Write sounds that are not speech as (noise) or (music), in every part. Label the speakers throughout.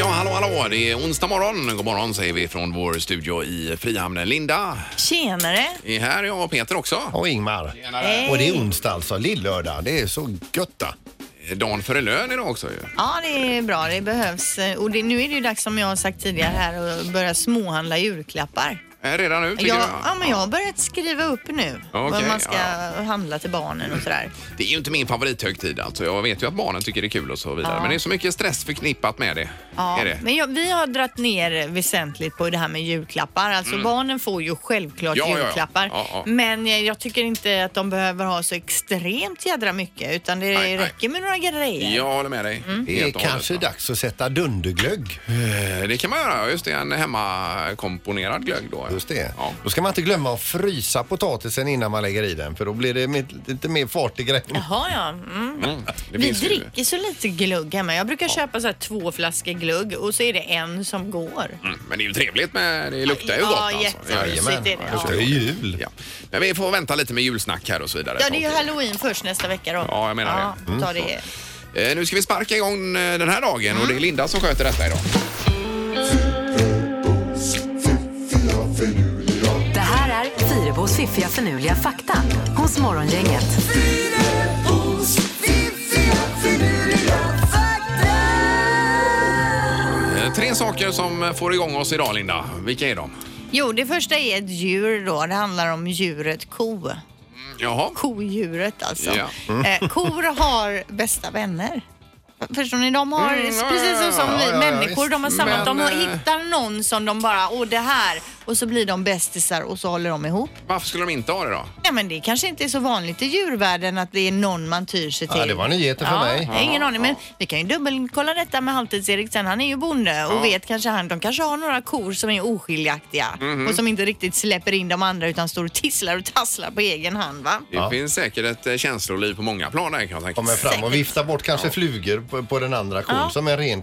Speaker 1: Ja, det är onsdag morgon. God morgon säger vi från vår studio i Frihamnen. Linda
Speaker 2: Tjenare!
Speaker 1: är här, jag och Peter också.
Speaker 3: Och Ingmar.
Speaker 1: Tjenare.
Speaker 3: Och det är onsdag alltså, lillördag. Det är så götta.
Speaker 1: Dagen före lön idag också ju.
Speaker 2: Ja, det är bra. Det behövs. eh, Och det, nu är det ju dags, som jag har sagt tidigare här, att börja småhandla julklappar.
Speaker 1: Eh, Redan nu tycker
Speaker 2: Jag,
Speaker 1: jag.
Speaker 2: ja, men jag har börjat skriva upp nu vad
Speaker 1: Okej,
Speaker 2: man ska handla till barnen och sådär.
Speaker 1: Det är ju inte min favorithögtid alltså. Jag vet ju att barnen tycker det är kul och så vidare. Men det är så mycket stress förknippat med det.
Speaker 2: Ja,
Speaker 1: Är det?
Speaker 2: men jag, vi har dragit ner väsentligt på det här med julklappar. Alltså barnen får ju självklart
Speaker 1: Mm. Ja, ja, ja.
Speaker 2: julklappar.
Speaker 1: Ja, ja.
Speaker 2: Men jag, jag tycker inte att de behöver ha så extremt jädra mycket utan det
Speaker 1: Nej, nej.
Speaker 2: räcker med några grejer.
Speaker 1: Jag håller med dig.
Speaker 2: Mm.
Speaker 3: Det är
Speaker 1: Helt och hållet,
Speaker 3: kanske
Speaker 1: va?
Speaker 3: dags att sätta dunderglögg.
Speaker 1: Eh, Det kan man göra. Just det, en hemmakomponerad glögg då.
Speaker 3: Just det.
Speaker 1: Ja.
Speaker 3: Då ska man inte glömma att frysa potatisen innan man lägger i den för då blir det med, lite mer fart i grejen.
Speaker 2: Jaha, ja. Mm.
Speaker 1: Mm, det
Speaker 2: Vi
Speaker 1: finns ju-
Speaker 2: dricker så lite glögg hemma. Jag brukar köpa så här två flaskor glögg och så är det en som går.
Speaker 1: Mm, Men det är ju trevligt med, det luktar ju
Speaker 2: Ja,
Speaker 1: gott alltså.
Speaker 2: jättemysigt.
Speaker 1: Ja, ja.
Speaker 3: Jajamän,
Speaker 2: det är det.
Speaker 3: då ska det ju jul.
Speaker 1: Ja. Men vi får vänta lite med julsnack här och så vidare.
Speaker 2: Ja, det är ju
Speaker 1: Okej.
Speaker 2: halloween först nästa vecka då.
Speaker 1: Ja, jag menar det.
Speaker 2: ja, Ta det.
Speaker 1: Eh, Nu ska vi sparka igång eh, den här dagen och det
Speaker 2: Mm.
Speaker 1: är Linda som sköter detta idag.
Speaker 4: Det här är Fyrabos fiffiga förnuliga fakta hos Morgongänget.
Speaker 1: Eh, Tre saker som eh, får igång oss idag Linda. Vilka är de?
Speaker 2: Jo, det första är ett djur då. Det handlar om djuret ko.
Speaker 1: Jaha.
Speaker 2: Kodjuret alltså.
Speaker 1: Ja. Mm.
Speaker 2: Eh, kor har bästa vänner. Förstår ni? De har,
Speaker 1: Mm, ja,
Speaker 2: precis
Speaker 1: ja, ja.
Speaker 2: som vi
Speaker 3: Ja, ja, ja,
Speaker 2: människor,
Speaker 3: visst.
Speaker 2: de har samma.
Speaker 1: Men,
Speaker 2: De har-
Speaker 1: eh,
Speaker 2: hittar någon som de bara, åh det här, och så blir de bästisar och så håller de ihop.
Speaker 1: Varför skulle de inte ha det då?
Speaker 2: Nej men det kanske inte är så vanligt i djurvärlden att det är någon man tyr sig till.
Speaker 3: Ja, det var nyheter för
Speaker 2: Ja,
Speaker 3: mig.
Speaker 2: jag har Ingen aning, men vi kan ju dubbelkolla detta med Halvtids-Erik sen. Han är ju bonde och vet kanske han, de kanske har några kor som är oskiljaktiga
Speaker 1: Mhm.
Speaker 2: och som inte riktigt släpper in de andra utan står och tisslar och tasslar på egen hand va?
Speaker 1: Det finns säkert ett eh, känsloliv på många plan här kan jag tänka
Speaker 3: Kommer
Speaker 1: mig.
Speaker 3: fram och viftar bort kanske flugor på, på den andra kon som en ren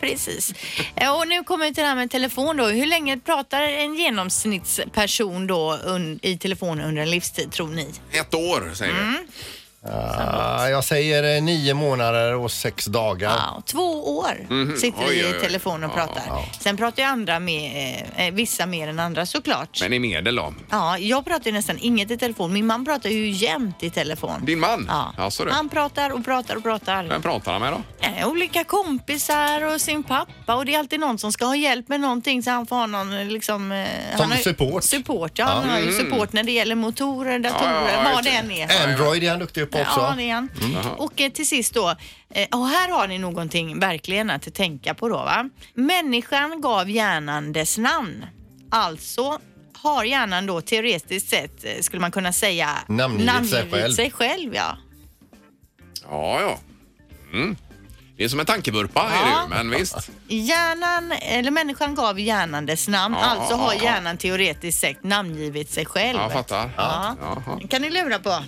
Speaker 1: (laughs)
Speaker 2: Precis. Eh, Och nu kommer vi till det här med telefon då. Hur länge pratar en genomsnittsperson då un- i telefon under en livstid tror ni?
Speaker 1: Ett år säger
Speaker 2: Mm.
Speaker 1: vi.
Speaker 3: Ah, jag säger eh, nio månader och sex dagar.
Speaker 2: Ja, två år sitter
Speaker 1: Mhm. Oj,
Speaker 2: vi
Speaker 1: oj, oj.
Speaker 2: i telefon och
Speaker 1: Ja,
Speaker 2: pratar. Sen pratar ju andra med, eh, eh, vissa mer än andra såklart.
Speaker 1: Men i medel då?
Speaker 2: Ja, jag pratar ju nästan inget i telefon. Min man pratar ju jämt i telefon.
Speaker 1: Din man?
Speaker 2: Ja.
Speaker 1: Alltså, du.
Speaker 2: han pratar och pratar och pratar.
Speaker 1: Vem pratar han med då?
Speaker 2: Eh, Olika kompisar och sin pappa och det är alltid någon som ska ha hjälp med någonting så han får ha någon eh, liksom... eh, han har ju-
Speaker 3: support.
Speaker 2: Support, ja. Han har ju support när det gäller motorer, datorer,
Speaker 1: Mm. ja, just
Speaker 2: vad det
Speaker 1: det.
Speaker 2: än är.
Speaker 3: Android är han duktig på också.
Speaker 2: Ja, det är han. Och eh, till sist då, eh, och här har ni någonting verkligen att tänka på då va. Människan gav hjärnan dess namn. Alltså har hjärnan då teoretiskt sett, eh, skulle man kunna säga,
Speaker 3: Namngivit sig själv.
Speaker 2: sig själv ja.
Speaker 1: Ja, ja. Mm. Det är som en tankevurpa är det
Speaker 2: Ja.
Speaker 1: ju, men visst.
Speaker 2: Hjärnan, eller människan gav hjärnan dess namn.
Speaker 1: Ja,
Speaker 2: alltså
Speaker 1: ja,
Speaker 2: har
Speaker 1: ja.
Speaker 2: hjärnan teoretiskt sett namngivit sig själv.
Speaker 1: Ja, jag fattar.
Speaker 2: Ja.
Speaker 1: Jaha.
Speaker 2: kan ni lura på.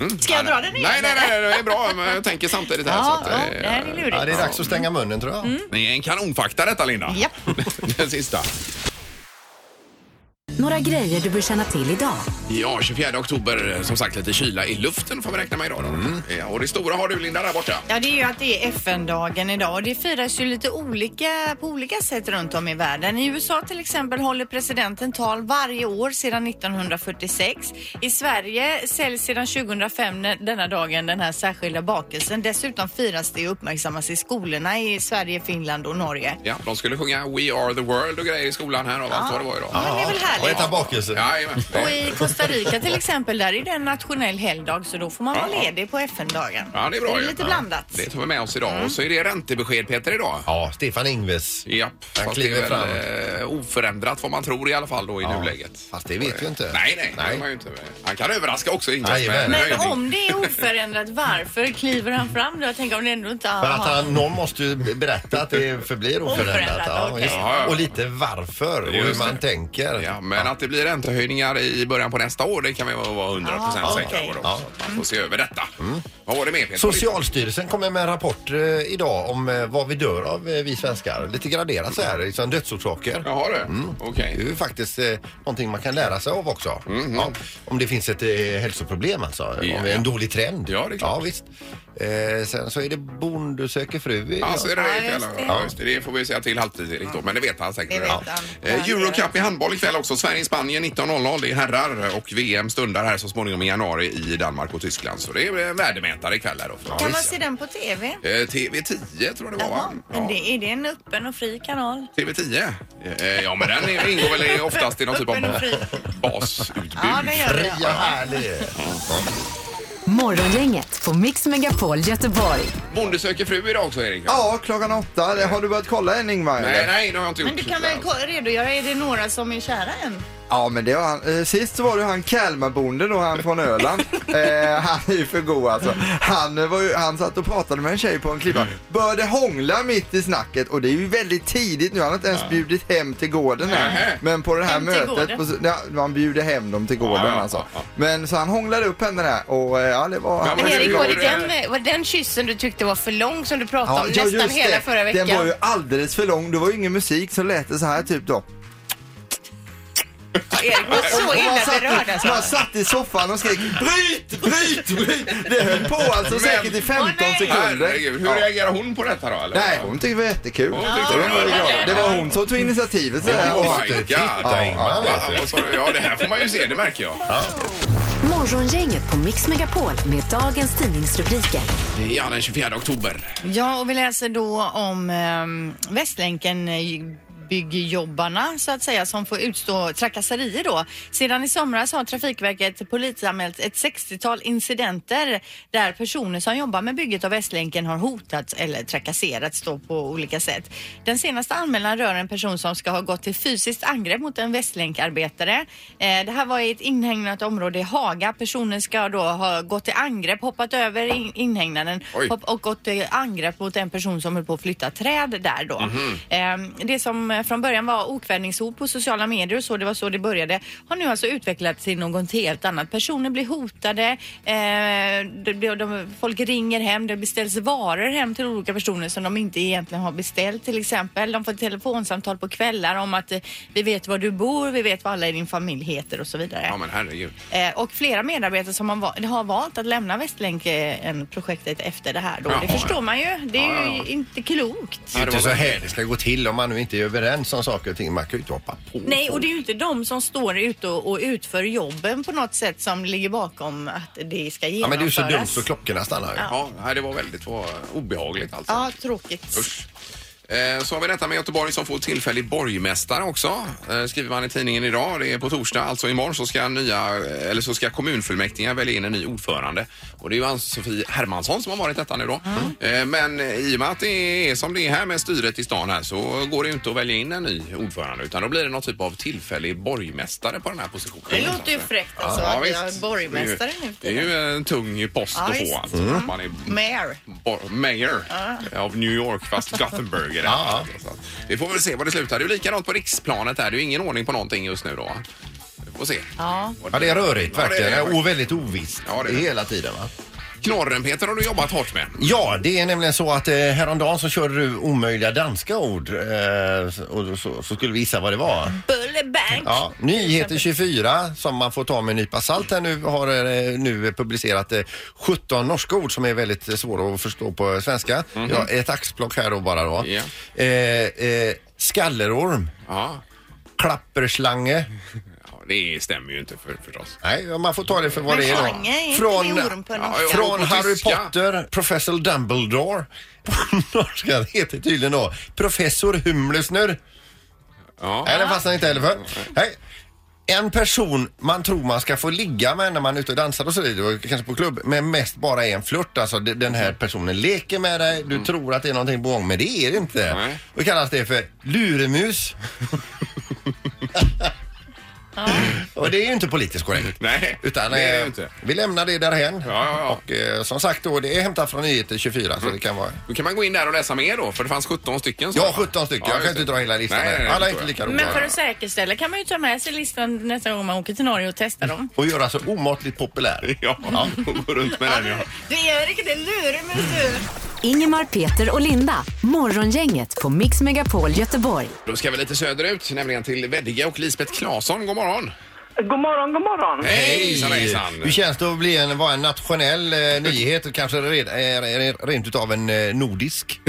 Speaker 1: Mm.
Speaker 2: Ska jag
Speaker 1: Nej,
Speaker 2: dra den igen,
Speaker 1: Nej, nej, nej,
Speaker 2: eller?
Speaker 1: det är bra. Men jag tänker samtidigt här.
Speaker 2: Ja,
Speaker 1: så
Speaker 2: ja,
Speaker 1: att, eh,
Speaker 2: det här är lurigt.
Speaker 3: Ja, det är dags att stänga munnen tror jag.
Speaker 2: Mm.
Speaker 1: Det är en kanonfakta detta, Linda.
Speaker 2: Japp.
Speaker 1: (laughs) Den sista.
Speaker 4: Några grejer du bör känna till idag.
Speaker 1: Ja, 24 oktober. eh, Som sagt, lite kyla i luften får vi räkna med idag. Då.
Speaker 3: Mm.
Speaker 1: Ja, och det stora har du, Linda, där borta.
Speaker 2: Ja, det är ju att det är FN-dagen idag och det firas ju lite olika på olika sätt runt om i världen. I USA till exempel håller presidenten tal varje år sedan 1946. I Sverige säljs sedan 2005 den- denna dagen den här särskilda bakelsen. Dessutom firas det och uppmärksammas i skolorna i Sverige, Finland och Norge.
Speaker 1: Ja, de skulle sjunga We are the world och grejer i skolan här och allt vad det var idag.
Speaker 2: Ja, det är väl
Speaker 3: Och
Speaker 2: härligt.
Speaker 3: äta bakelser.
Speaker 1: Jajamän.
Speaker 2: Och i Costa Rica till exempel, där är det en nationell helgdag så då får man vara ledig på FN-dagen.
Speaker 1: Ja, det är bra.
Speaker 2: Så det är
Speaker 1: ju.
Speaker 2: lite
Speaker 1: Ja.
Speaker 2: blandat. Mm.
Speaker 1: Det tar vi med oss idag. Och så är det räntebesked, Peter, idag.
Speaker 3: Ja, Stefan Ingves.
Speaker 1: Japp,
Speaker 3: Han
Speaker 1: fast
Speaker 3: kliver
Speaker 1: det är väl, eh, oförändrat vad man tror i alla fall då i nuläget.
Speaker 3: Fast det vet vi ju inte.
Speaker 1: Nej, nej, nej.
Speaker 3: Nej.
Speaker 1: Det var ju inte. Han kan överraska också. Ingvar,
Speaker 3: Jajamän.
Speaker 1: med en
Speaker 2: Men
Speaker 1: höjning.
Speaker 2: om det är oförändrat, varför kliver han fram då? Jag tänker om det ändå inte
Speaker 3: För att
Speaker 2: har...
Speaker 3: han, någon måste ju berätta att det förblir oförändrat.
Speaker 2: Oförändrat,
Speaker 3: Ja,
Speaker 2: okej.
Speaker 3: visst.
Speaker 1: Ja, ja.
Speaker 3: Och lite varför och hur
Speaker 1: Just
Speaker 3: man
Speaker 1: det.
Speaker 3: tänker.
Speaker 1: Ja, men att det blir räntehöjningar i början på nästa år, det kan vi vara 100 procent
Speaker 2: Ah,
Speaker 1: säkra på.
Speaker 2: okej. Mm.
Speaker 1: då. Så att Man får se över detta. Vad var det mer Peter?
Speaker 3: Socialstyrelsen kommer med en rapport eh, idag om eh, vad vi dör av, eh, vi svenskar. Lite graderat så här, liksom dödsorsaker.
Speaker 1: Jaha du,
Speaker 2: Mm.
Speaker 1: okej.
Speaker 3: Det är ju faktiskt eh, någonting man kan lära sig av också. Ja, om det finns ett eh, hälsoproblem alltså.
Speaker 1: Mhm. Ja,
Speaker 3: Om det är
Speaker 1: ja.
Speaker 3: en dålig trend.
Speaker 1: Ja, det är klart.
Speaker 3: visst. Eh, sen så är det Bonde söker fru. i-
Speaker 1: Ja, så är det
Speaker 2: Ja,
Speaker 1: det ikväll.
Speaker 2: just det.
Speaker 1: Ja, just det. det får vi säga till halvtid Erik då, men det vet han säkert.
Speaker 2: Det vet
Speaker 1: redan.
Speaker 2: han.
Speaker 1: Eh,
Speaker 2: Ja,
Speaker 1: Eurocup i handboll ikväll också. Sverige-Spanien 19.00. Det är herrar och VM stundar här så småningom i januari i Danmark och Tyskland. Så det är eh, värdemätare ikväll här då.
Speaker 2: Kan man se den på TV?
Speaker 1: Eh, TV10 tror jag det var va?
Speaker 2: Jaha, men
Speaker 1: Ja.
Speaker 2: det, är det en öppen och fri kanal?
Speaker 1: TV10? Eh, Ja, men den är- ingår väl i- oftast i någon typ av
Speaker 2: Öppen och fri.
Speaker 1: basutbud.
Speaker 2: Ja, det gör det.
Speaker 3: Ja, härlig.
Speaker 4: Morgongänget på Mix Megapol Göteborg.
Speaker 1: Bonde söker fru idag också Erik?
Speaker 5: Ja, klockan åtta. Det- Har du börjat kolla än Ingmar?
Speaker 1: Nej,
Speaker 5: eller?
Speaker 1: nej, det har jag inte gjort.
Speaker 2: Men du kan väl ko- redogöra, är det några som är kära än?
Speaker 5: Ja, men det var han. Eh, Sist så var det han Kalmarbonden då, han
Speaker 1: (laughs)
Speaker 5: från Öland. eh, han är ju för god alltså. Han, eh, var ju, han satt och pratade med en tjej på en klippa. Började hångla mitt i snacket och det är ju väldigt tidigt nu. Han har inte ens bjudit hem till gården
Speaker 1: Nähä.
Speaker 5: än. Men på det här
Speaker 2: Hem till
Speaker 5: mötet,
Speaker 2: gården.
Speaker 5: på, ja, man bjuder hem dem till gården
Speaker 1: Ja, ja,
Speaker 5: alltså.
Speaker 1: ja,
Speaker 5: Men så han hånglade upp henne där och eh, ja, det var...
Speaker 1: Men
Speaker 5: han,
Speaker 1: vad
Speaker 6: Erik,
Speaker 1: Ja,
Speaker 6: var
Speaker 1: det
Speaker 6: det,
Speaker 1: är-
Speaker 6: den, var det den kyssen du tyckte var för lång som du pratade om
Speaker 5: ja,
Speaker 6: nästan hela förra veckan?
Speaker 5: Den var ju alldeles för lång. Det var ju ingen musik som lät det så här typ då.
Speaker 6: Ja, Erik var så
Speaker 5: Och man,
Speaker 6: illa berörd
Speaker 5: satt,
Speaker 6: alltså.
Speaker 5: man satt i soffan och skrek bryt, bryt, bryt. Det höll på alltså säkert i 15
Speaker 2: Åh, nej.
Speaker 5: sekunder.
Speaker 1: Herregud, hur
Speaker 5: Ja.
Speaker 1: reagerar hon på detta då? Eller?
Speaker 5: Nej, hon tyckte det var jättekul.
Speaker 1: Hon
Speaker 5: Det
Speaker 1: tyckte
Speaker 5: var
Speaker 1: det var-
Speaker 5: hon glad. Det var hon som tog initiativet. Så här.
Speaker 1: Oh my god!
Speaker 3: Ja, ja,
Speaker 1: Ja, vad sa du? Ja, det här får man ju se, det märker jag.
Speaker 4: Morgongänget på Mix Megapol med dagens tidningsrubriker.
Speaker 1: Ja, den 24 oktober.
Speaker 2: Ja, och vi läser då om ehm, Västlänken eh, byggjobbarna så att säga som får utstå trakasserier då. Sedan i somras har Trafikverket polisanmält ett 60-tal incidenter där personer som jobbar med bygget av Västlänken har hotats eller trakasserats då på olika sätt. Den senaste anmälan rör en person som ska ha gått till fysiskt angrepp mot en västlänkarbetare. Eh, det här var i ett inhägnat område i Haga. Personen ska då ha gått till angrepp, hoppat över in- inhägnaden,
Speaker 1: Oj.
Speaker 2: hopp- och gått till angrepp mot en person som höll på att flytta träd där då. Ehm, Det som eh, från början var okvädningsord på sociala medier och så, det var så det började, har nu alltså utvecklats till något helt annat. Personer blir hotade, eh, det blir- de, folk ringer hem, det beställs varor hem till olika personer som de inte egentligen har beställt till exempel. De får telefonsamtal på kvällar om att eh, vi vet var du bor, vi vet vad alla i din familj heter och så vidare.
Speaker 1: Ja, men herregud.
Speaker 2: Eh, Och flera medarbetare som har va- har valt att lämna Västlänken-projektet efter det här. Då.
Speaker 1: Jaha,
Speaker 2: det
Speaker 1: ja.
Speaker 2: förstår man ju. Det är
Speaker 1: Ja, ja, ja.
Speaker 2: ju inte klokt.
Speaker 3: Det är inte så här det ska gå till om man nu inte är överens om saker och ting. Man kan ju inte hoppa
Speaker 1: Mm.
Speaker 3: på.
Speaker 2: Nej, och det är ju inte de som står ute och, och utför jobben på något sätt som ligger bakom att det ska genomföras.
Speaker 3: Ja, men det är ju så dumt så klockorna stannar ju.
Speaker 1: Ja, nej, det var väldigt vad obehagligt alltså.
Speaker 2: Ja, tråkigt.
Speaker 1: Usch. Eh, Så har vi detta med Göteborg som får tillfällig borgmästare också. Eh, Skriver man i tidningen idag. Det är på torsdag, alltså imorgon, så ska, nya, eh, eller så ska kommunfullmäktige välja in en ny ordförande. Och det är ju Ann-Sofie Hermansson som har varit detta nu då. Eh, Men i och med att det är som det är här med styret i stan här så går det ju inte att välja in en ny ordförande utan då blir det någon typ av tillfällig borgmästare på den här positionen.
Speaker 2: Det låter ju fräckt alltså
Speaker 1: Ja,
Speaker 2: att vi
Speaker 1: visst.
Speaker 2: har borgmästare nu
Speaker 1: Det är ju det är ju en tung post
Speaker 2: Ja,
Speaker 1: att
Speaker 2: visst.
Speaker 1: få alltså. Man är
Speaker 2: Mayor.
Speaker 1: Bor- Mayor av New York, fast
Speaker 2: (laughs)
Speaker 1: Gothenburg är det. här. Så att Vi får väl se vad det slutar. Det är ju likadant på riksplanet här. Det är ju ingen ordning på någonting just nu då. Vi får se.
Speaker 2: Ja.
Speaker 3: Ja, det är rörigt
Speaker 1: Ja, det är
Speaker 3: verkligen.
Speaker 1: det.
Speaker 3: och väldigt ovisst.
Speaker 1: Ja, det är det.
Speaker 3: Hela tiden va?
Speaker 1: Knorren Peter har du jobbat hårt med.
Speaker 3: Ja, det är nämligen så att eh, häromdagen så körde du omöjliga danska ord eh, och så, så skulle vi gissa vad det var.
Speaker 2: Bullerbank.
Speaker 3: Ja, Nyheter 24 som man får ta med en nypa salt här nu har eh, nu publicerat eh, 17 norska ord som är väldigt eh, svåra att förstå på svenska. ja, ett axplock här då bara då.
Speaker 1: Mhm. Ja.
Speaker 3: Eh, eh, skallerorm,
Speaker 1: Ja.
Speaker 3: klapperslange.
Speaker 1: ja, det stämmer ju inte för, förstås.
Speaker 3: Nej, ja, man får ta det för vad
Speaker 2: Men
Speaker 3: det är då.
Speaker 2: slange är inte med orm på
Speaker 1: Ja,
Speaker 2: något
Speaker 1: ja.
Speaker 2: sätt.
Speaker 3: Från
Speaker 1: på
Speaker 3: Harry
Speaker 1: tyska.
Speaker 3: Potter, Professor Dumbledore. (laughs) På norska heter det tydligen då Professor Humlesnurr.
Speaker 1: Ja.
Speaker 3: Nej, den fastnar inte heller för. Nej. En person man tror man ska få ligga med när man är ute och dansar och så vidare, och kanske på klubb, men mest bara är en flört. Alltså de- den här personen leker med dig, du tror att det är någonting på gång, men det är det inte.
Speaker 1: Mm. Nej.
Speaker 3: Då kallas det för luremus. Och det är ju inte politiskt korrekt.
Speaker 1: Nej,
Speaker 3: Utan
Speaker 1: det är det
Speaker 3: eh,
Speaker 1: ju inte.
Speaker 3: vi lämnar det därhen.
Speaker 1: Ja, ja, Mm. ja.
Speaker 3: Och eh, som sagt då, det är hämtat från Nyheter 24 så det kan vara
Speaker 1: Då kan man gå in där och läsa mer då, för det fanns 17 stycken. så.
Speaker 3: Ja, 17 stycken.
Speaker 1: Ja,
Speaker 3: jag kan
Speaker 1: just
Speaker 3: inte
Speaker 1: det.
Speaker 3: dra hela listan.
Speaker 1: Nej,
Speaker 3: här.
Speaker 1: nej, nej,
Speaker 3: Alla
Speaker 1: det
Speaker 3: är
Speaker 1: tror
Speaker 3: inte
Speaker 1: jag.
Speaker 3: lika roliga.
Speaker 2: Men för att säkerställa kan man ju ta med sig listan nästa gång man åker till Norge och testa dem.
Speaker 3: Och göra så omåttligt populär.
Speaker 1: (laughs) Ja, och gå runt med den ja.
Speaker 2: Du Erik, det är luremus du.
Speaker 4: Ingemar, Peter och Linda. Morgongänget på Mix Megapol Göteborg.
Speaker 1: Då ska vi lite söderut, nämligen till Veddige och Lisbeth Claesson. God morgon!
Speaker 7: God morgon, god morgon.
Speaker 1: Hej, hejsan, hejsan.
Speaker 3: Hur känns det att bli en, vara en
Speaker 1: (laughs)
Speaker 3: nationell eh, nyhet och kanske red, eh, rent utav en
Speaker 1: (laughs)
Speaker 3: eh, nordisk?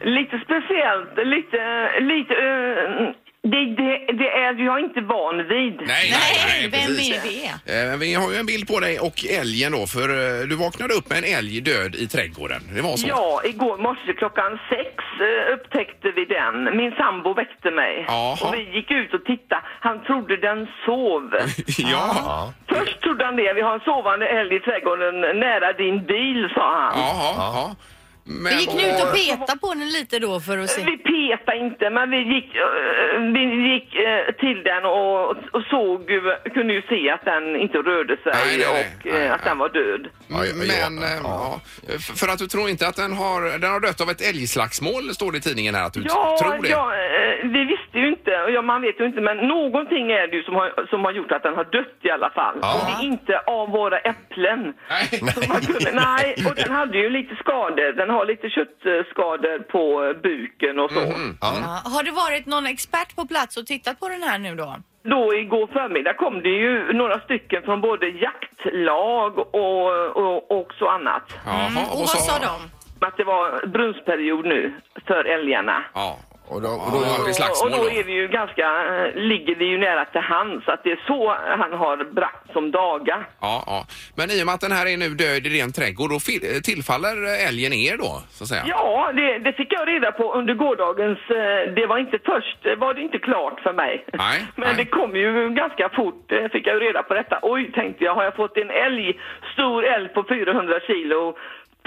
Speaker 7: Lite speciellt, lite... lite eh, det, det, det är jag inte van vid.
Speaker 1: Nej,
Speaker 2: Nej, vem
Speaker 1: precis.
Speaker 2: är det?
Speaker 1: Eh, men Vi har ju en bild på dig och älgen då, för eh, du vaknade upp med en älg död i trädgården. Det var så?
Speaker 7: Ja, igår morse klockan sex eh, upptäckte vi den. Min sambo väckte mig.
Speaker 1: Jaha.
Speaker 7: Och vi gick ut och tittade. Han trodde den
Speaker 1: (laughs)
Speaker 7: sov.
Speaker 1: (laughs) ja.
Speaker 7: Först trodde han det. Vi har en sovande älg i trädgården nära din bil, sa han.
Speaker 1: Jaha, ja. Men, eh,
Speaker 2: Vi gick nu ut och petade på den lite då för att se.
Speaker 7: Vi petade inte, men vi gick, eh, vi gick eh, till den och, och såg, ju- kunde ju se att den inte rörde sig
Speaker 1: Nej, nej, nej.
Speaker 7: och eh,
Speaker 1: Nej,
Speaker 7: att den var död.
Speaker 3: Ja, ja,
Speaker 1: Men,
Speaker 3: ja.
Speaker 1: eh, ja. F- För att du tror inte att den har, den har dött av ett älgslagsmål, står det i tidningen här att du
Speaker 7: Ja,
Speaker 1: tror det.
Speaker 7: ja eh, vi visste ju inte, och ja, man vet ju inte, men någonting är det ju som har, som har gjort att den har dött i alla fall.
Speaker 3: Ja.
Speaker 7: Och det är inte av våra äpplen.
Speaker 1: Nej.
Speaker 7: Så man kunde, nej, och den hade ju lite skador. Den har lite köttskador på eh, buken och så.
Speaker 1: Mm-hmm.
Speaker 2: Ja, har det varit någon expert på plats och tittat på den här nu då?
Speaker 7: Då igår förmiddag kom det ju några stycken från både jaktlag och, och, och så annat.
Speaker 1: (laughs) Jaha,
Speaker 2: Mm. Och vad sa de?
Speaker 7: Att det var brunsperiod nu för älgarna.
Speaker 1: Ja.
Speaker 3: Och då, och
Speaker 1: Och då
Speaker 3: då,
Speaker 1: var det
Speaker 7: Och, och
Speaker 1: slagsmål
Speaker 7: då
Speaker 1: då.
Speaker 7: är vi ju ganska, eh, ligger vi ju nära till hands att det är så han har bragt som daga.
Speaker 1: Ja, ja. Men i och med att den här är nu död i ren trädgård, då fi- tillfaller älgen er då, så att säga?
Speaker 7: Ja, det, det fick jag reda på under gårdagens, eh, det var inte först, det var det inte klart för mig.
Speaker 1: Nej,
Speaker 7: (laughs) Men
Speaker 1: nej.
Speaker 7: det kom ju ganska fort, eh, fick jag ju reda på detta. Oj, tänkte jag, har jag fått en älg, stor älg på 400 kilo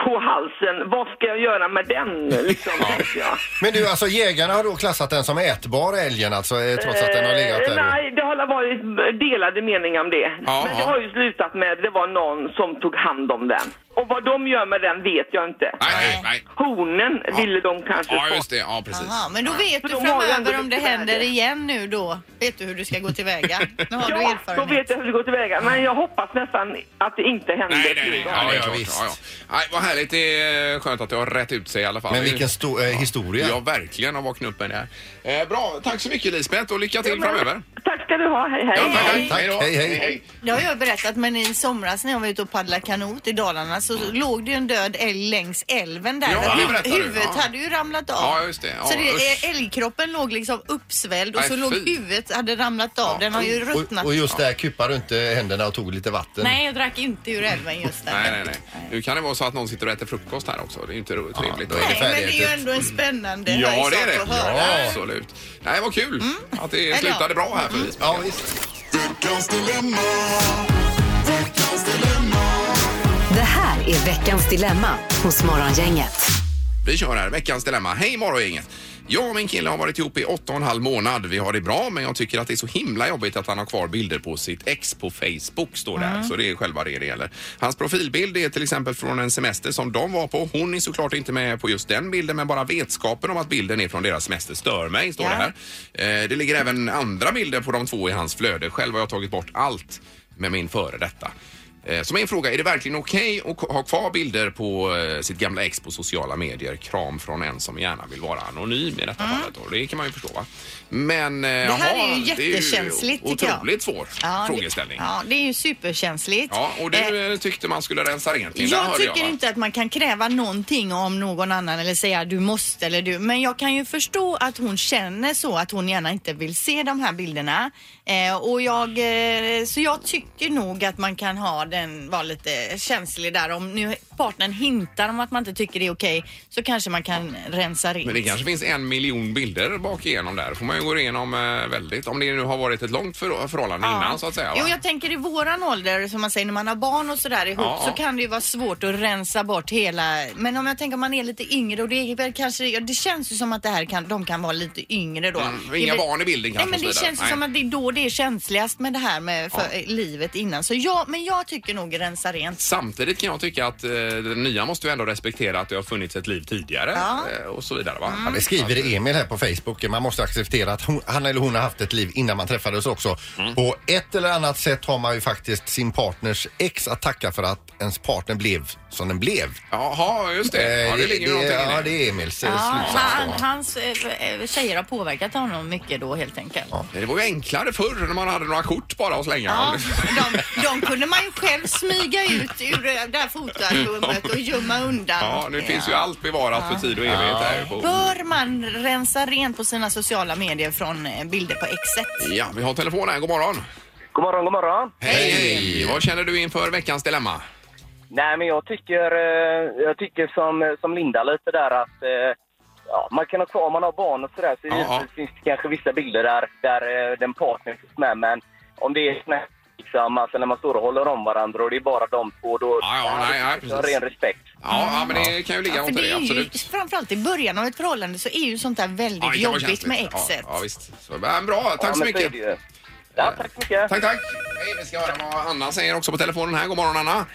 Speaker 7: på halsen, vad ska jag göra med den? Liksom, tänkte jag.
Speaker 3: men du, alltså jägarna har då klassat den som ätbar älgen alltså, eh, trots att den har legat
Speaker 7: Eh,
Speaker 3: där? då?
Speaker 7: Nej, det har varit delade meningar om det.
Speaker 1: Ja,
Speaker 7: Men det
Speaker 1: ja.
Speaker 7: har ju slutat med, det var någon som tog hand om den. Och vad de gör med den vet jag inte.
Speaker 1: Nej, nej, nej.
Speaker 7: Honen ville de kanske
Speaker 1: Ja,
Speaker 7: få.
Speaker 1: just det. Ja, precis.
Speaker 2: Jaha, men då vet du
Speaker 7: de har ju ändå
Speaker 2: framöver om det
Speaker 7: lite
Speaker 2: händer
Speaker 7: värde.
Speaker 2: igen nu då. Vet du hur du ska gå tillväga? Nu har du
Speaker 7: Ja, då
Speaker 2: erfarenhet.
Speaker 7: vet jag hur det går tillväga. Men jag hoppas nästan att det inte händer.
Speaker 1: Nej, nej, nej. Ja, ja,
Speaker 3: klart.
Speaker 1: visst. Ja, ja. Nej, vad härligt. Det är skönt att jag har rätt ut sig i alla fall.
Speaker 3: Men vilken sto- eh, historia.
Speaker 1: Ja, verkligen har vaknat upp med det här. Eh, bra, tack så mycket Lisbeth och lycka till
Speaker 7: Ja, men-
Speaker 1: framöver.
Speaker 7: Tack ska du ha, hej hej.
Speaker 1: Ja, tack, tack.
Speaker 3: Tack.
Speaker 1: då.
Speaker 3: Hej, hej.
Speaker 2: Det har jag berättat men i somras när jag var ute och paddlade kanot i Dalarna så låg det ju en död älg längs älven där.
Speaker 1: Ja,
Speaker 2: Där
Speaker 1: det
Speaker 2: hu-
Speaker 1: berättade du.
Speaker 2: huvudet
Speaker 1: Ja.
Speaker 2: hade ju ramlat av.
Speaker 1: Ja, just det. Ja,
Speaker 2: så
Speaker 1: usch.
Speaker 2: det, älgkroppen låg liksom uppsvälld och
Speaker 1: Nej,
Speaker 2: så låg
Speaker 1: fy.
Speaker 2: huvudet hade ramlat av.
Speaker 1: Ja.
Speaker 2: Den har ju ruttnat.
Speaker 3: Och, och just där kuppade du inte eh, händerna och tog lite vatten?
Speaker 2: Nej, jag drack inte ur älven just där.
Speaker 1: Nej, nej, nej. Nu kan det vara så att någon sitter och äter frukost här också. Det är ju inte ro- trevligt.
Speaker 3: då är
Speaker 2: Nej,
Speaker 3: det
Speaker 2: men det är ju
Speaker 3: färdigätet.
Speaker 2: ändå en spännande
Speaker 1: Ja,
Speaker 2: sak
Speaker 1: det är det.
Speaker 2: att höra.
Speaker 1: Ja, absolut. Nej, vad kul att det
Speaker 2: Eller ja.
Speaker 1: slutade bra här för Lisbeth.
Speaker 3: Ja, visst.
Speaker 4: Det här är veckans dilemma hos Morgongänget.
Speaker 1: Vi kör här, veckans dilemma. Hej morgongänget! Jag och min kille har varit ihop i åtta och en halv månad. Vi har det bra, men jag tycker att det är så himla jobbigt att han har kvar bilder på sitt ex på Facebook, står det här. Så det är själva det det gäller. Hans profilbild är till exempel från en semester som de var på. Hon är såklart inte med på just den bilden, men bara vetskapen om att bilden är från deras semester stör mig, står det här. Eh, Det ligger även andra bilder på de två i hans flöde. Själv har jag tagit bort allt med min före detta. Eh, Så min fråga, är det verkligen okej att k- ha kvar bilder på eh, sitt gamla ex på sociala medier? Kram från en som gärna vill vara anonym i detta fallet. Och det kan man ju förstå va? Men eh,
Speaker 2: Mm. Det här är ju jättekänsligt,
Speaker 1: det är
Speaker 2: tycker
Speaker 1: ju
Speaker 2: jag.
Speaker 1: otroligt svår
Speaker 2: Ja,
Speaker 1: frågeställning.
Speaker 2: Det,
Speaker 1: Ja.
Speaker 2: ja, det är ju superkänsligt.
Speaker 1: och du
Speaker 2: Eh,
Speaker 1: eh, tyckte man skulle rensa rent Linda,
Speaker 2: Jag
Speaker 1: hörde
Speaker 2: tycker
Speaker 1: va?
Speaker 2: inte att man kan kräva någonting om någon annan eller säga du måste eller du. Men jag kan ju förstå att hon känner så att hon gärna inte vill se de här bilderna. Eh, och jag, eh, så jag tycker nog att man kan ha den, vara lite känslig där. Om nu partnern hintar om att man inte tycker det är okej så kanske man kan rensa rent.
Speaker 1: Men det kanske finns en miljon bilder bak igenom där. får man ju gå igenom eh, väldigt. Om det nu har varit ett långt för- förhållande innan så att säga. va?
Speaker 2: Jo, jag tänker i våran ålder, som man säger när man har barn och sådär ihop,
Speaker 1: Ja, ja.
Speaker 2: så kan det ju vara svårt att rensa bort hela. Men om jag tänker om man är lite yngre och det är väl kanske, ja, det känns ju som att det här kan, de kan vara lite yngre då.
Speaker 1: Mm,
Speaker 2: Det är
Speaker 1: inga
Speaker 2: väl-
Speaker 1: barn i bilden
Speaker 2: Nej,
Speaker 1: kanske
Speaker 2: men
Speaker 1: och
Speaker 2: det
Speaker 1: så vidare.
Speaker 2: känns ju som att det är då det är känsligast med det här med för, livet innan. Så ja, men jag tycker nog rensa rent.
Speaker 1: Samtidigt kan jag tycka att eh, den nya måste ju ändå respektera att det har funnits ett liv tidigare eh, och så vidare.
Speaker 2: Mm.
Speaker 1: Va?
Speaker 3: Ja, det skriver Emil här på Facebook. Man måste acceptera att hon, han eller hon har haft ett liv innan man träffades också.
Speaker 1: Mm.
Speaker 3: På ett eller annat sätt har man ju faktiskt sin partners ex att tacka för att ens partner blev som den blev.
Speaker 1: Jaha, just det. Ja,
Speaker 3: Eh,
Speaker 1: det ligger ju någonting
Speaker 3: ja,
Speaker 1: i det.
Speaker 3: det är Emils eh,
Speaker 2: Ja, han,
Speaker 3: slutsats. då.
Speaker 2: hans eh, tjejer har påverkat honom mycket då helt enkelt. Ja.
Speaker 1: Det var ju enklare förr när man hade några kort bara att slänga. (laughs)
Speaker 2: de, de kunde man ju själv smyga ut ur eh, det där fotoalbumet och gömma undan.
Speaker 1: Ja, nu finns ju allt bevarat för tid och evighet här. På.
Speaker 2: Bör man rensa rent på sina sociala medier från eh, bilder på exet?
Speaker 1: Ja, vi har telefon här. God morgon.
Speaker 8: God morgon, god morgon.
Speaker 1: Hej! Vad känner du inför veckans dilemma?
Speaker 8: Nej, men jag tycker, eh, jag tycker som, som Linda lite där att eh, ja, man kan ha kvar, om man har barn och sådär, så
Speaker 1: Ja.
Speaker 8: givetvis finns det kanske vissa bilder där, där eh, den partnern finns med. Men om det är såna här, liksom, alltså när man står och håller om varandra och det är bara de två, då
Speaker 1: Ja, ja, nej, nej,
Speaker 8: jag har
Speaker 1: precis.
Speaker 8: ren respekt.
Speaker 1: Ja, ja men det kan ju ligga något
Speaker 2: för
Speaker 1: i
Speaker 2: det
Speaker 1: det,
Speaker 2: är ju,
Speaker 1: absolut.
Speaker 2: framförallt i början av ett förhållande så är ju sånt där väldigt
Speaker 1: Ja, det kan vara
Speaker 2: jobbigt med
Speaker 1: känsligt.
Speaker 2: exet.
Speaker 1: Ja, ja, visst. Så, men, bra, tack
Speaker 8: Ja,
Speaker 1: så
Speaker 8: men är
Speaker 1: mycket.
Speaker 8: det ju. Ja, tack så mycket.
Speaker 1: Tack, tack. Hej, vi ska höra vad Anna säger också på telefonen här. God morgon, Anna.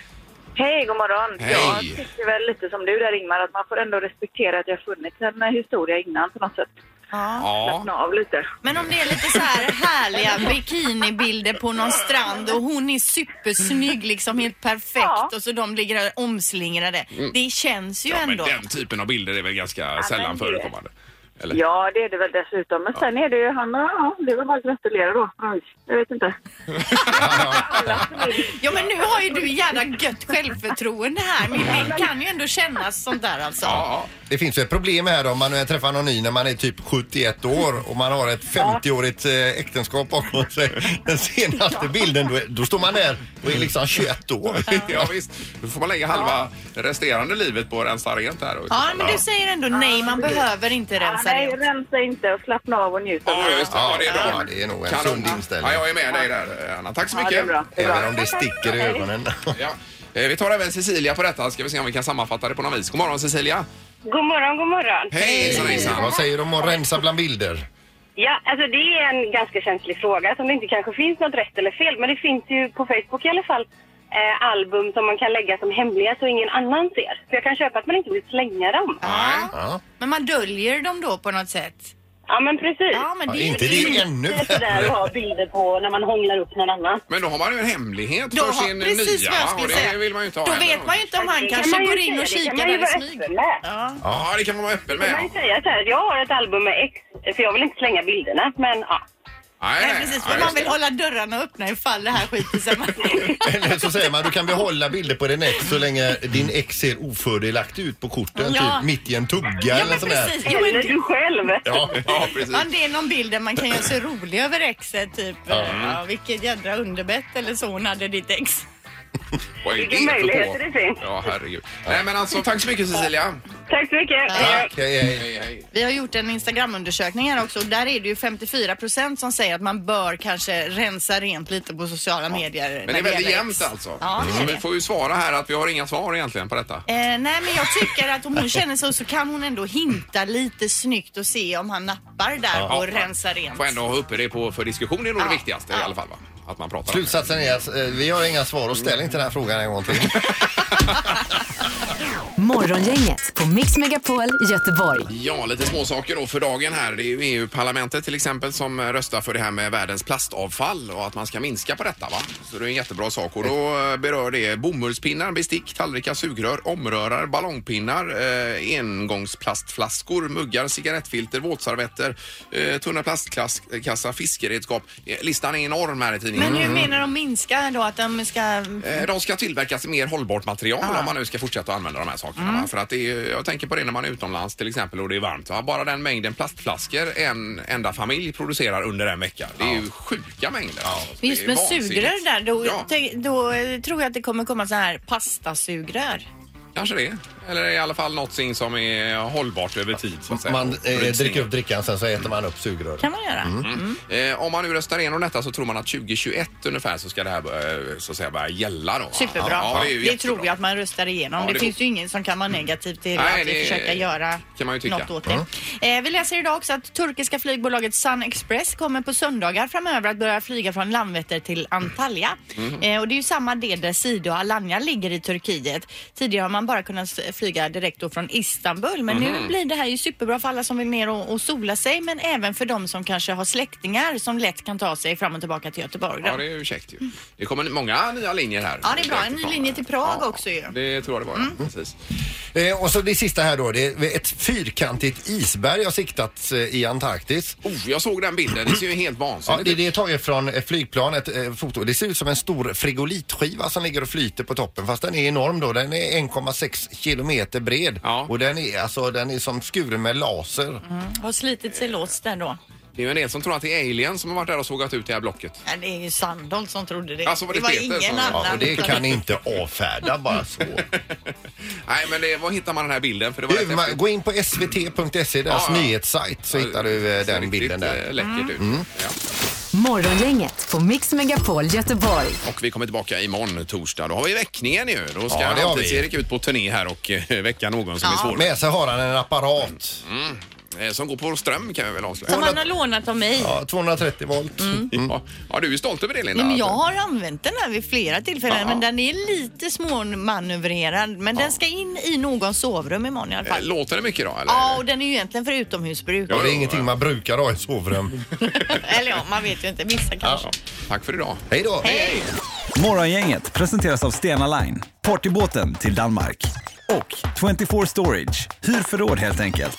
Speaker 9: Hej, god morgon. typ.
Speaker 1: Hej.
Speaker 9: Jag tycker väl lite som du där Ingmar, att man får ändå respektera att det har funnits en eh, historia innan på något sätt.
Speaker 2: Ja.
Speaker 1: Ja.
Speaker 9: Slappna av lite.
Speaker 2: Men om det är lite så här
Speaker 1: (laughs)
Speaker 2: härliga bikinibilder på någon strand och hon är supersnygg, liksom helt perfekt
Speaker 9: Ja.
Speaker 2: och så de ligger där omslingrade. Det känns ju
Speaker 1: Mm. ja, men
Speaker 2: ändå.
Speaker 1: den typen av bilder är väl ganska sällan
Speaker 9: det-
Speaker 1: förekommande? Eller?
Speaker 9: Ja, det är det väl dessutom. Men sen är det ju han, ja, det är väl bara att gratulera då. Oj, Jag vet inte.
Speaker 2: Ja men nu har ju du jävla gött självförtroende här. Men det kan ju ändå kännas sånt där alltså.
Speaker 1: Ja,
Speaker 3: Det finns ju ett problem här om man nu träffar någon ny när man är typ 71 år och man har ett 50-årigt eh, äktenskap bakom sig. Den senaste bilden, då, är- då står man där och är liksom 21 år.
Speaker 1: ja, (laughs) visst. Då får man lägga halva resterande livet på att rensa rent här. och-
Speaker 2: Ja men du säger ändå nej, man behöver inte
Speaker 9: Ja,
Speaker 2: rensa
Speaker 9: nej,
Speaker 2: rent.
Speaker 9: rensa inte och slappna av och njut av
Speaker 1: Ja, just det. Ja, det är bra.
Speaker 3: Ja, det är nog en sund inställning.
Speaker 1: Ja, jag är med dig där, Anna. Tack så
Speaker 9: Ja,
Speaker 1: mycket.
Speaker 9: det är bra. Det är
Speaker 3: Även
Speaker 9: bra.
Speaker 3: om det sticker i ögonen.
Speaker 1: Ja. Eh, Vi tar även Cecilia på detta. Ska vi se om vi kan sammanfatta det på något vis. God morgon Cecilia!
Speaker 9: God morgon, god morgon.
Speaker 1: Hej! Hejsan, hejsan.
Speaker 3: Vad säger du om att rensa bland bilder?
Speaker 9: Ja, alltså det är en ganska känslig fråga som det inte kanske finns något rätt eller fel. Men det finns ju på Facebook i alla fall eh, album som man kan lägga som hemliga så ingen annan ser. Så jag kan köpa att man inte vill slänga dem.
Speaker 1: Nej.
Speaker 3: Ja.
Speaker 2: Men man döljer dem då på något sätt.
Speaker 9: Ja, men precis.
Speaker 2: Ja men
Speaker 3: Ja,
Speaker 2: det är
Speaker 3: inte det ännu
Speaker 9: Det är sådär att ha bilder på när man hånglar upp någon annan.
Speaker 1: Men då har man ju en hemlighet
Speaker 2: Då
Speaker 1: för
Speaker 2: har-
Speaker 1: sin
Speaker 2: precis
Speaker 1: nya.
Speaker 2: vad jag
Speaker 1: va?
Speaker 2: skulle
Speaker 1: och det
Speaker 2: säga.
Speaker 1: vill man ju inte ha
Speaker 2: Då
Speaker 1: heller.
Speaker 2: vet man ju inte om han
Speaker 9: Det kan
Speaker 2: kanske
Speaker 9: man ju
Speaker 2: går in
Speaker 9: säga,
Speaker 2: och
Speaker 9: det kan
Speaker 2: kikar
Speaker 9: man ju
Speaker 2: där i
Speaker 9: vara
Speaker 2: smyg.
Speaker 9: öppen med.
Speaker 2: Ja.
Speaker 1: Ja, det kan man vara öppen med.
Speaker 9: Man kan ju
Speaker 1: ja.
Speaker 9: säga så här, att jag har ett album med ex, för jag vill inte slänga bilderna. Men ja,
Speaker 2: Nej, precis, för
Speaker 1: ja,
Speaker 2: man
Speaker 1: just
Speaker 2: vill
Speaker 1: det.
Speaker 2: hålla dörrarna öppna ifall det här skiter sig. Man-
Speaker 3: (laughs) Eller så säger man du kan behålla bilder på din ex så länge din ex ser ofördelaktig ut på korten.
Speaker 2: Ja.
Speaker 3: Typ mitt i en tugga
Speaker 2: Ja
Speaker 3: eller
Speaker 2: men
Speaker 3: sån där.
Speaker 2: precis. Jo, men
Speaker 9: eller
Speaker 2: det-
Speaker 9: du själv.
Speaker 3: Ja.
Speaker 1: (laughs) Ja, precis.
Speaker 2: Ja, det är någon bild där man kan göra sig rolig över exet. Typ. Ja, vilket jädra underbett eller så hon hade ditt ex.
Speaker 1: Vad är
Speaker 9: Vilken
Speaker 1: för
Speaker 9: möjlighet
Speaker 1: på?
Speaker 9: det finns.
Speaker 1: Ja, herregud. Nej, men alltså, tack så mycket Cecilia.
Speaker 9: Tack så mycket.
Speaker 3: Tack, hej, hej.
Speaker 1: Hej, hej.
Speaker 2: Vi har gjort en Instagramundersökning här också och där är det ju 54 procent som säger att man bör kanske rensa rent lite på sociala medier. när
Speaker 1: Men det är väldigt
Speaker 2: gäller
Speaker 1: jämnt
Speaker 2: ex.
Speaker 1: alltså.
Speaker 2: Ja, det är
Speaker 1: Mm. Vi
Speaker 2: det.
Speaker 1: får ju svara här att vi har inga svar egentligen på detta.
Speaker 2: Eh, nej men jag tycker att om hon känner så så kan hon ändå hinta lite snyggt och se om han nappar där och rensa rent.
Speaker 1: Får ändå ha uppe det på, för diskussion är nog det viktigaste i alla fall va? Att man pratar om det.
Speaker 3: Slutsatsen är att eh, vi har inga svar och ställ inte den här frågan en (laughs) gång till.
Speaker 4: Morgongänget på Mix Megapol Göteborg.
Speaker 1: Ja, lite småsaker då för dagen här. Det är ju EU-parlamentet till exempel som eh, röstar för det här med världens plastavfall och att man ska minska på detta va. Så det är en jättebra sak och då eh, berör det bomullspinnar, bestick, tallrikar, sugrör, omrörare, ballongpinnar, eh, engångsplastflaskor, muggar, cigarettfilter, våtservetter, eh, tunna plastkassar, fiskeredskap. Eh, Listan är enorm här i tidningen.
Speaker 2: Men hur menar de minska då? Att de ska...
Speaker 1: Eh, De ska tillverkas i mer hållbart material
Speaker 2: Ah.
Speaker 1: om man nu ska fortsätta att använda de här sakerna.
Speaker 2: Mm.
Speaker 1: va? För att det är, ju- jag tänker på det när man är utomlands till exempel och det är varmt. Ja, bara den mängden plastflaskor en enda familj producerar under en vecka. Det är ju sjuka mängder. Alltså, det
Speaker 2: Just
Speaker 1: är
Speaker 2: med
Speaker 1: vansinnigt.
Speaker 2: sugrör där, då,
Speaker 1: Ja,
Speaker 2: tänk- då eh, tror jag att det kommer komma så här pastasugrör.
Speaker 1: kanske det. Eller i alla fall någonting som är hållbart över tid. Så att säga.
Speaker 3: Man eh,
Speaker 1: Bryts
Speaker 3: dricker
Speaker 1: ner.
Speaker 3: upp drickan sen så äter man upp sugrör.
Speaker 2: Kan man göra. Mm.
Speaker 1: Eh, om man nu röstar igenom detta så tror man att 2021 ungefär så ska det här eh, så att säga, börja gälla. Då. va?
Speaker 2: Superbra.
Speaker 1: Ja, det är
Speaker 2: det
Speaker 1: ju jättebra.
Speaker 2: tror jag att man röstar igenom.
Speaker 1: Ja,
Speaker 2: det,
Speaker 1: det
Speaker 2: finns
Speaker 1: får-
Speaker 2: ju ingen som kan vara negativ till
Speaker 1: Nej,
Speaker 2: att
Speaker 1: det
Speaker 2: vi försöka göra
Speaker 1: kan man ju tycka.
Speaker 2: något åt det. Eh, vi läser idag också att turkiska flygbolaget Sun Express kommer på söndagar framöver att börja flyga från Landvetter
Speaker 1: Mhm.
Speaker 2: till Antalya. Eh, och det är ju samma del där Sidi och Alanya ligger i Turkiet. Tidigare har man innan bara kunnat flyga direkt då från Istanbul. Men
Speaker 1: Mhm.
Speaker 2: nu blir det här ju superbra för alla som vill ner och, och sola sig men även för de som kanske har släktingar som lätt kan ta sig fram och tillbaka till Göteborg. Då.
Speaker 1: Ja, det är ju käckt ju. Det kommer många nya linjer här.
Speaker 2: Ja, det är bra. En ny
Speaker 1: Direkt ifrån.
Speaker 2: linje till Prag
Speaker 1: Ja,
Speaker 2: också ju. Mm.
Speaker 1: Det tror jag det var, ja. Precis.
Speaker 3: Eh, och så det sista här då. Det är ett fyrkantigt isberg har siktats eh, i Antarktis.
Speaker 1: Oh, jag såg den bilden. Det ser ju helt
Speaker 3: Ja,
Speaker 1: vansinnigt
Speaker 3: det,
Speaker 1: ut.
Speaker 3: det är taget från ett flygplan, ett eh, foto. Det ser ut som en stor frigolitskiva som ligger och flyter på toppen fast den är enorm då. Den är 1,6 kilometer bred
Speaker 1: Ja.
Speaker 3: och den är, alltså, den är som skuren med laser.
Speaker 2: Har slitit sig loss där då.
Speaker 1: Det är ju en del som tror att det är Alien som har varit där och sågat ut det här blocket.
Speaker 2: Ja, det är ju Sandholt som trodde det.
Speaker 1: Alltså, var det
Speaker 2: det var
Speaker 1: Peter
Speaker 2: ingen
Speaker 1: som- ja,
Speaker 3: Ja,
Speaker 2: annan.
Speaker 3: och det kan ni inte avfärda bara så. (laughs)
Speaker 1: Nej, men det, var hittar man den här bilden? För det var rätt
Speaker 3: Du, man,
Speaker 1: häftigt.
Speaker 3: gå in på svt.se, E, deras
Speaker 1: Ja, ja.
Speaker 3: nyhetssajt, så hittar du
Speaker 1: Det
Speaker 3: eh,
Speaker 1: ser
Speaker 3: den
Speaker 1: riktigt,
Speaker 3: bilden där. Mm.
Speaker 1: eh, läckert ut. Ja.
Speaker 4: Morgongänget på Mix Megapol Göteborg.
Speaker 1: Och vi kommer tillbaka imorgon torsdag. Då har vi väckningen ju. Då ska
Speaker 3: Ja, det har vi.
Speaker 1: Halvtids-Erik ut på turné här och eh, väcka någon som är svår.
Speaker 3: Med sig har han en apparat.
Speaker 1: Eh, Som går på ström kan vi väl avslöja.
Speaker 2: Som han har lånat av mig.
Speaker 3: Ja, 230 volt.
Speaker 1: Ja. ja, du är stolt över det Linda.
Speaker 2: Nej, men jag
Speaker 1: Att-
Speaker 2: har använt den här vid flera tillfällen men den är lite småmanövrerad. Men den ska in i någons sovrum imorgon i alla
Speaker 1: Eh,
Speaker 2: fall.
Speaker 1: Låter det mycket då? Eller?
Speaker 2: Ja, och den är ju egentligen för utomhusbruk.
Speaker 3: Och det är ingenting man brukar ha i sovrum.
Speaker 2: (laughs) Eller ja, man vet ju inte. Vissa kanske.
Speaker 1: Ja. Tack för idag.
Speaker 3: Hej då!
Speaker 10: Morgongänget presenteras av Stena Line, partybåten till Danmark. Och 24 Storage, hyr förråd helt enkelt.